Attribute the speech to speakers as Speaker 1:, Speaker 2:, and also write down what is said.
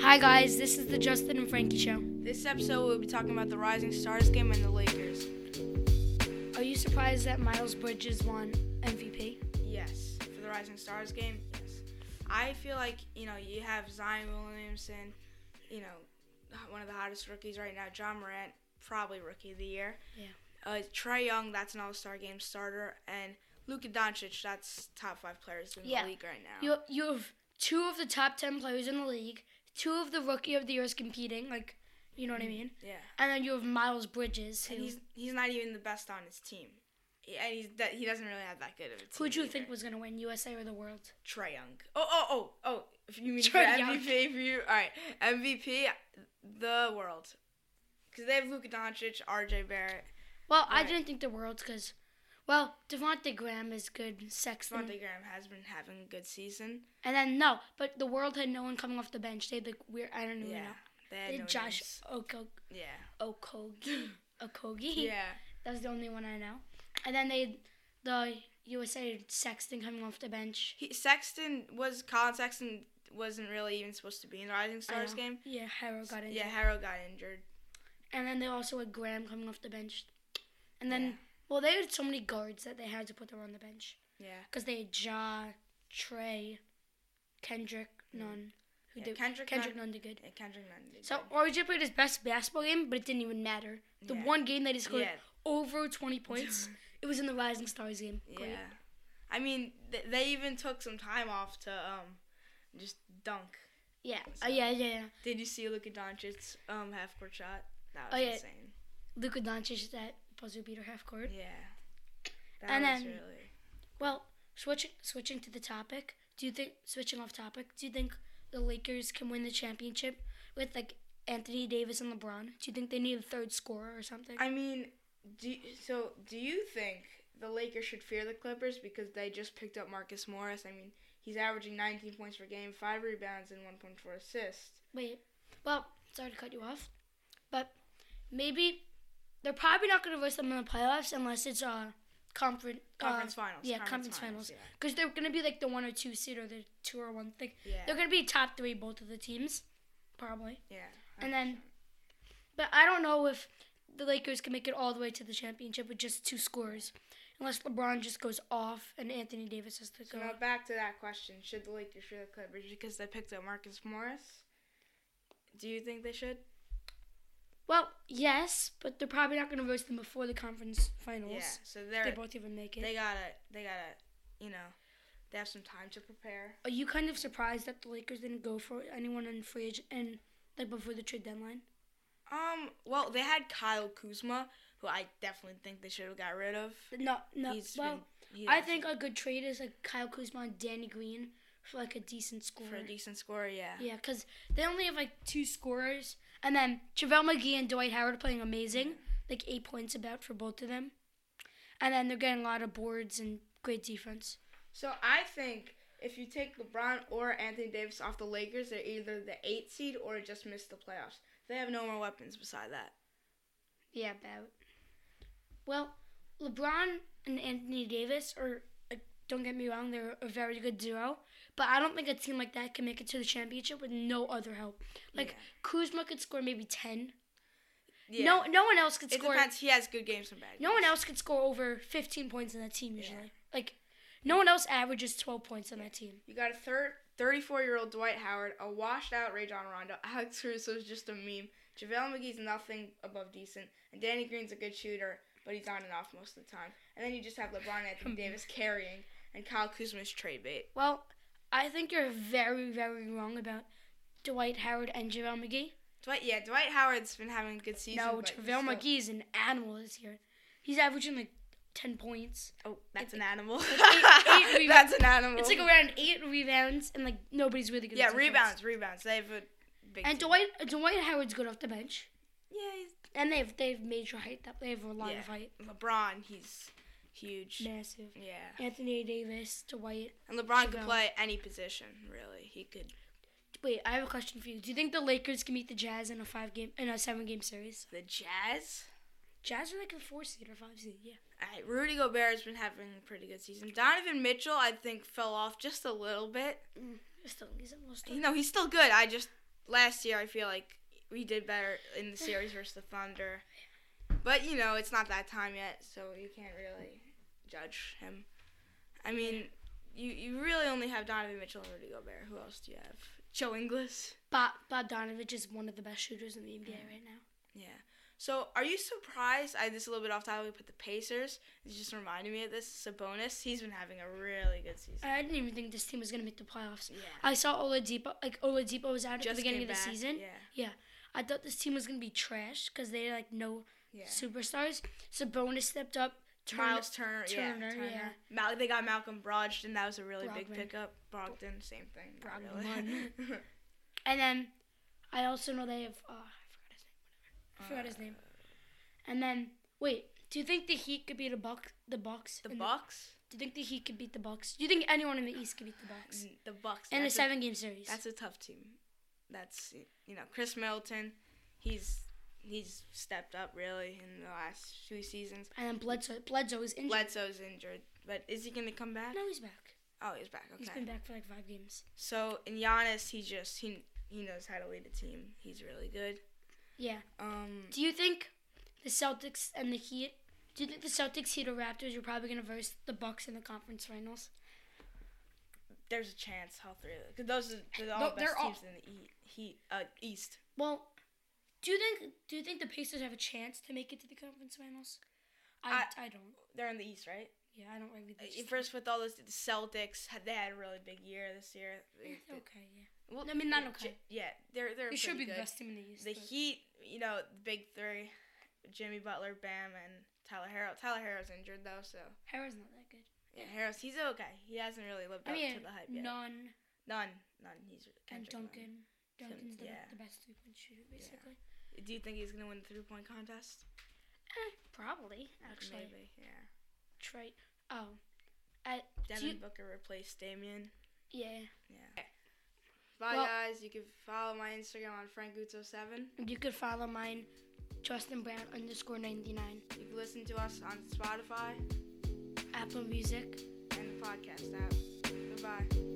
Speaker 1: Hi guys, this is the Justin and Frankie show.
Speaker 2: This episode, we'll be talking about the Rising Stars game and the Lakers.
Speaker 1: Are you surprised that Miles Bridges won MVP?
Speaker 2: Yes, for the Rising Stars game, yes. I feel like, you know, you have Zion Williamson, you know, one of the hottest rookies right now, John Morant, probably rookie of the year.
Speaker 1: Yeah.
Speaker 2: Uh, Trey Young, that's an all star game starter. And Luka Doncic, that's top five players in
Speaker 1: Yeah.
Speaker 2: the league right now.
Speaker 1: You you have two of the top 10 players in the league, two of the rookie of the years competing, like you know what I mean?
Speaker 2: yeah.
Speaker 1: And then you have Miles Bridges
Speaker 2: And
Speaker 1: who
Speaker 2: he's, he's not even the best on his team. Yeah, And he's, that- he doesn't really have that good of a team.
Speaker 1: who would you
Speaker 2: either.
Speaker 1: think was going to win, USA or the world?
Speaker 2: Trae Young. Oh, oh, oh, oh. If you mean
Speaker 1: Trae
Speaker 2: for
Speaker 1: Young.
Speaker 2: MVP, for you, all right. MVP, the world, because they have Luka Doncic, RJ Barrett,
Speaker 1: Well, I
Speaker 2: Right.
Speaker 1: didn't think the world cuz well, Devonte Graham is good, Sexton.
Speaker 2: Devontae Graham has been having a good season.
Speaker 1: And then no, but the world had no one coming off the bench. They had like weird I don't even
Speaker 2: Yeah,
Speaker 1: know.
Speaker 2: they
Speaker 1: They
Speaker 2: had
Speaker 1: had
Speaker 2: no
Speaker 1: Josh
Speaker 2: names.
Speaker 1: Oko
Speaker 2: Yeah,
Speaker 1: Okogie. Okogie.
Speaker 2: yeah,
Speaker 1: That was the only one I know. And then they, the USA had Sexton coming off the bench.
Speaker 2: he, Sexton was Colin Sexton wasn't really even supposed to be in the Rising
Speaker 1: I
Speaker 2: Stars
Speaker 1: know.
Speaker 2: game.
Speaker 1: Yeah, Harrow got in.
Speaker 2: Yeah, Harrow got injured.
Speaker 1: And then they also had Graham coming off the bench. And then,
Speaker 2: Yeah.
Speaker 1: well, they had so many guards that they had to put them on the bench.
Speaker 2: Yeah,
Speaker 1: Because they had Ja, Trey, Kendrick, Nunn. Who
Speaker 2: Yeah,
Speaker 1: did,
Speaker 2: Kendrick
Speaker 1: Nunn did good.
Speaker 2: yeah Kendrick Nunn. did
Speaker 1: So
Speaker 2: good.
Speaker 1: RJ played his best basketball game, but it didn't even matter. The
Speaker 2: Yeah.
Speaker 1: one game that he scored
Speaker 2: Yeah.
Speaker 1: over 20 points, it was in the Rising Stars game. Great.
Speaker 2: yeah, I mean th- they even took some time off to um just dunk.
Speaker 1: Yeah.
Speaker 2: So-
Speaker 1: Uh, yeah, yeah, yeah.
Speaker 2: Did you see Luka Doncic's um half court shot? That
Speaker 1: Oh,
Speaker 2: was
Speaker 1: yeah.
Speaker 2: insane.
Speaker 1: Luka Doncic that buzzer beater half court.
Speaker 2: Yeah. That
Speaker 1: And
Speaker 2: was
Speaker 1: then-
Speaker 2: really
Speaker 1: Well, switching switching to the topic, do you think switching off topic? Do you think the Lakers can win the championship with like Anthony Davis and LeBron? Do you think they need a third scorer or something?
Speaker 2: I mean, do so do you think the Lakers should fear the Clippers because they just picked up Marcus Morris? I mean, he's averaging 19 points per game, 5 rebounds and 1.4 assists.
Speaker 1: Wait. Well, sorry to cut you off, but maybe they're probably not going to risk them in the playoffs unless it's uh conference
Speaker 2: Conference
Speaker 1: uh,
Speaker 2: finals.
Speaker 1: Yeah, conference, finals. Because they're going to be like the one or two seed or the two or one thing.
Speaker 2: Yeah.
Speaker 1: They're going to be top three both of the teams, probably.
Speaker 2: Yeah.
Speaker 1: And then, but I don't know if the Lakers can make it all the way to the championship with just two scores, unless LeBron just goes off and Anthony Davis has to
Speaker 2: So
Speaker 1: go.
Speaker 2: now back to that question: Should the Lakers fear the Clippers because they picked up Marcus Morris? Do you think they should?
Speaker 1: Well, yes, but they're probably not going to roast them before the conference finals.
Speaker 2: Yeah. So
Speaker 1: if
Speaker 2: they're
Speaker 1: They both even make it.
Speaker 2: they gotta they gotta you know they have some time to prepare
Speaker 1: Are you kind of surprised that the Lakers didn't go for anyone in free agent and like before the trade deadline?
Speaker 2: um well they had kyle kuzma who i definitely think they should have got rid of
Speaker 1: No, no.
Speaker 2: He's
Speaker 1: well,
Speaker 2: been- he
Speaker 1: I
Speaker 2: has
Speaker 1: think a good trade is like Kyle Kuzma and Danny Green for like a decent score.
Speaker 2: for a decent score yeah
Speaker 1: Yeah, because they only have like two scorers, and then Javale McGee and Dwight Howard are playing amazing, like eight points about for both of them, and then they're getting a lot of boards and great defense.
Speaker 2: so i think if you take lebron or anthony davis off the lakers they're either the eight seed or just miss the playoffs they have no more weapons beside that
Speaker 1: Yeah, about. Well, LeBron and Anthony Davis are. uh, Don't get me wrong, they're a very good duo, but I don't think a team like that can make it to the championship with no other help. Like
Speaker 2: Yeah.
Speaker 1: Kuzma could score maybe ten.
Speaker 2: yeah
Speaker 1: No, no one else could
Speaker 2: it
Speaker 1: score.
Speaker 2: depends he has good games and bad
Speaker 1: No
Speaker 2: games.
Speaker 1: one else could score over 15 points in that team usually. Like, no one else averages 12 points on that team.
Speaker 2: You got a third, 34-year-old Dwight Howard, a washed-out Ray John Rondo. Alex Caruso is just a meme. JaVale McGee's nothing above decent, and Danny Green's a good shooter, but he's on and off most of the time. And then you just have LeBron and Anthony Davis carrying, and Kyle Kuzma's trade bait.
Speaker 1: Well, I think you're very, very wrong about Dwight Howard and JaVale McGee.
Speaker 2: Dwight, yeah, Dwight Howard's been having a good season.
Speaker 1: No,
Speaker 2: but he's
Speaker 1: JaVale
Speaker 2: still-
Speaker 1: McGee is an animal this year. He's averaging like 10 points.
Speaker 2: Oh, that's an animal.
Speaker 1: eight rebounds.
Speaker 2: that's an animal.
Speaker 1: It's like around eight rebounds, and like nobody's really good.
Speaker 2: yeah,
Speaker 1: at defense.
Speaker 2: rebounds, rebounds. They have a big.
Speaker 1: And
Speaker 2: team.
Speaker 1: Dwight Dwight Howard's good off the bench,
Speaker 2: yeah, he's,
Speaker 1: and they've they've major height. That they have a lot
Speaker 2: Yeah.
Speaker 1: of height,
Speaker 2: LeBron, he's huge.
Speaker 1: massive.
Speaker 2: Yeah.
Speaker 1: Anthony Davis, Dwight.
Speaker 2: And LeBron could
Speaker 1: JaVale.
Speaker 2: play any position, really. He could.
Speaker 1: Wait, I have a question for you. Do you think the Lakers can meet the Jazz in a five game in a seven game series?
Speaker 2: The Jazz?
Speaker 1: Jazz are like a four seed or five seed, yeah.
Speaker 2: Alright, Rudy Gobert has been having a pretty good season. Donovan Mitchell, I think, fell off just a little bit.
Speaker 1: Still, he's almost
Speaker 2: You know, he's still good. I just last year I feel like we did better in the series versus the Thunder. But you know, it's not that time yet, so you can't really judge him. I mean, you you really only have Donovan Mitchell and Rudy Gobert. Who else do you have? Joe Inglis.
Speaker 1: Bob, Bob Donovich is one of the best shooters in the NBA right now.
Speaker 2: Yeah. So, are you surprised? I this is a little bit off topic, but the Pacers it just reminded me of this. Sabonis, he's been having a really good season.
Speaker 1: I didn't even think this team was gonna make the playoffs.
Speaker 2: Yeah.
Speaker 1: I saw Oladipo, like Oladipo was out at the beginning of
Speaker 2: came
Speaker 1: the
Speaker 2: back,
Speaker 1: season.
Speaker 2: Yeah.
Speaker 1: I thought this team was gonna be trash because they like no
Speaker 2: Yeah.
Speaker 1: superstars. Sabonis stepped up. Turned,
Speaker 2: Miles Turner,
Speaker 1: Turner,
Speaker 2: yeah, Turner.
Speaker 1: yeah.
Speaker 2: Mal- they got Malcolm Brogdon. That was a really big
Speaker 1: Brogdon.
Speaker 2: pickup. Brogdon, same thing. not
Speaker 1: Brogdon.
Speaker 2: really.
Speaker 1: And then I also know they have. Uh, I forgot his name. Whatever. I forgot his name. And then wait, do you think the Heat could beat the Bucks? The Bucks.
Speaker 2: the
Speaker 1: in
Speaker 2: Bucks.
Speaker 1: do you think the Heat could beat the Bucks? Do you think anyone in the East could beat the Bucks
Speaker 2: Mm, The Bucks.
Speaker 1: in a
Speaker 2: that's a-
Speaker 1: seven-game series?
Speaker 2: That's a tough team. That's you know Chris Middleton. He's he's stepped up really in the last few seasons.
Speaker 1: and then Bledsoe, Bledsoe is injured.
Speaker 2: Bledsoe's injured, but is he gonna come back?
Speaker 1: no, he's back.
Speaker 2: Oh, he's back. Okay.
Speaker 1: He's been back for like five games.
Speaker 2: So in Giannis, he just he he knows how to lead a team. He's really good.
Speaker 1: Yeah.
Speaker 2: Um,
Speaker 1: Do you think the Celtics and the Heat? Do you think the Celtics, Heat, or Raptors are probably going to verse the Bucks in the conference finals?
Speaker 2: there's a chance all three of them. 'cause those are the all
Speaker 1: No,
Speaker 2: best
Speaker 1: they're all-
Speaker 2: teams in the e- heat uh, East.
Speaker 1: Well, do you think do you think the Pacers have a chance to make it to the conference finals? I, I, don't.
Speaker 2: They're in the East, right?
Speaker 1: Yeah, I don't really.
Speaker 2: Uh,
Speaker 1: think
Speaker 2: First with all those the Celtics, had- they had a really big year this year. They-
Speaker 1: so. okay, yeah.
Speaker 2: well,
Speaker 1: I mean, not
Speaker 2: yeah,
Speaker 1: okay.
Speaker 2: j- Yeah, they're they're.
Speaker 1: It should
Speaker 2: pretty
Speaker 1: be the
Speaker 2: good.
Speaker 1: best team in the East.
Speaker 2: The
Speaker 1: but-
Speaker 2: Heat, you know, the big three: Jimmy Butler, Bam, and Tyler Harrow. Tyler Harrow's injured though, so
Speaker 1: Harrow's not that good.
Speaker 2: yeah, Harrow's he's okay. He hasn't really lived
Speaker 1: I
Speaker 2: up
Speaker 1: mean,
Speaker 2: to the hype yet.
Speaker 1: none
Speaker 2: None, none. He's
Speaker 1: and
Speaker 2: Kendrick Nunn.
Speaker 1: Duncan. Duncan's the,
Speaker 2: yeah.
Speaker 1: the best three point shooter, basically.
Speaker 2: Do you think he's gonna win the three point contest?
Speaker 1: Eh, probably, actually.
Speaker 2: Maybe, yeah.
Speaker 1: Trey. Oh, I,
Speaker 2: Devin
Speaker 1: you-
Speaker 2: Booker replaced Damian.
Speaker 1: yeah.
Speaker 2: Yeah. Bye
Speaker 1: Well-
Speaker 2: guys. You can follow my Instagram on frankgutz07.
Speaker 1: You could follow mine, Justin Brown underscore ninety nine,
Speaker 2: You can listen to us on Spotify
Speaker 1: Apple Music.
Speaker 2: and the podcast app. Goodbye.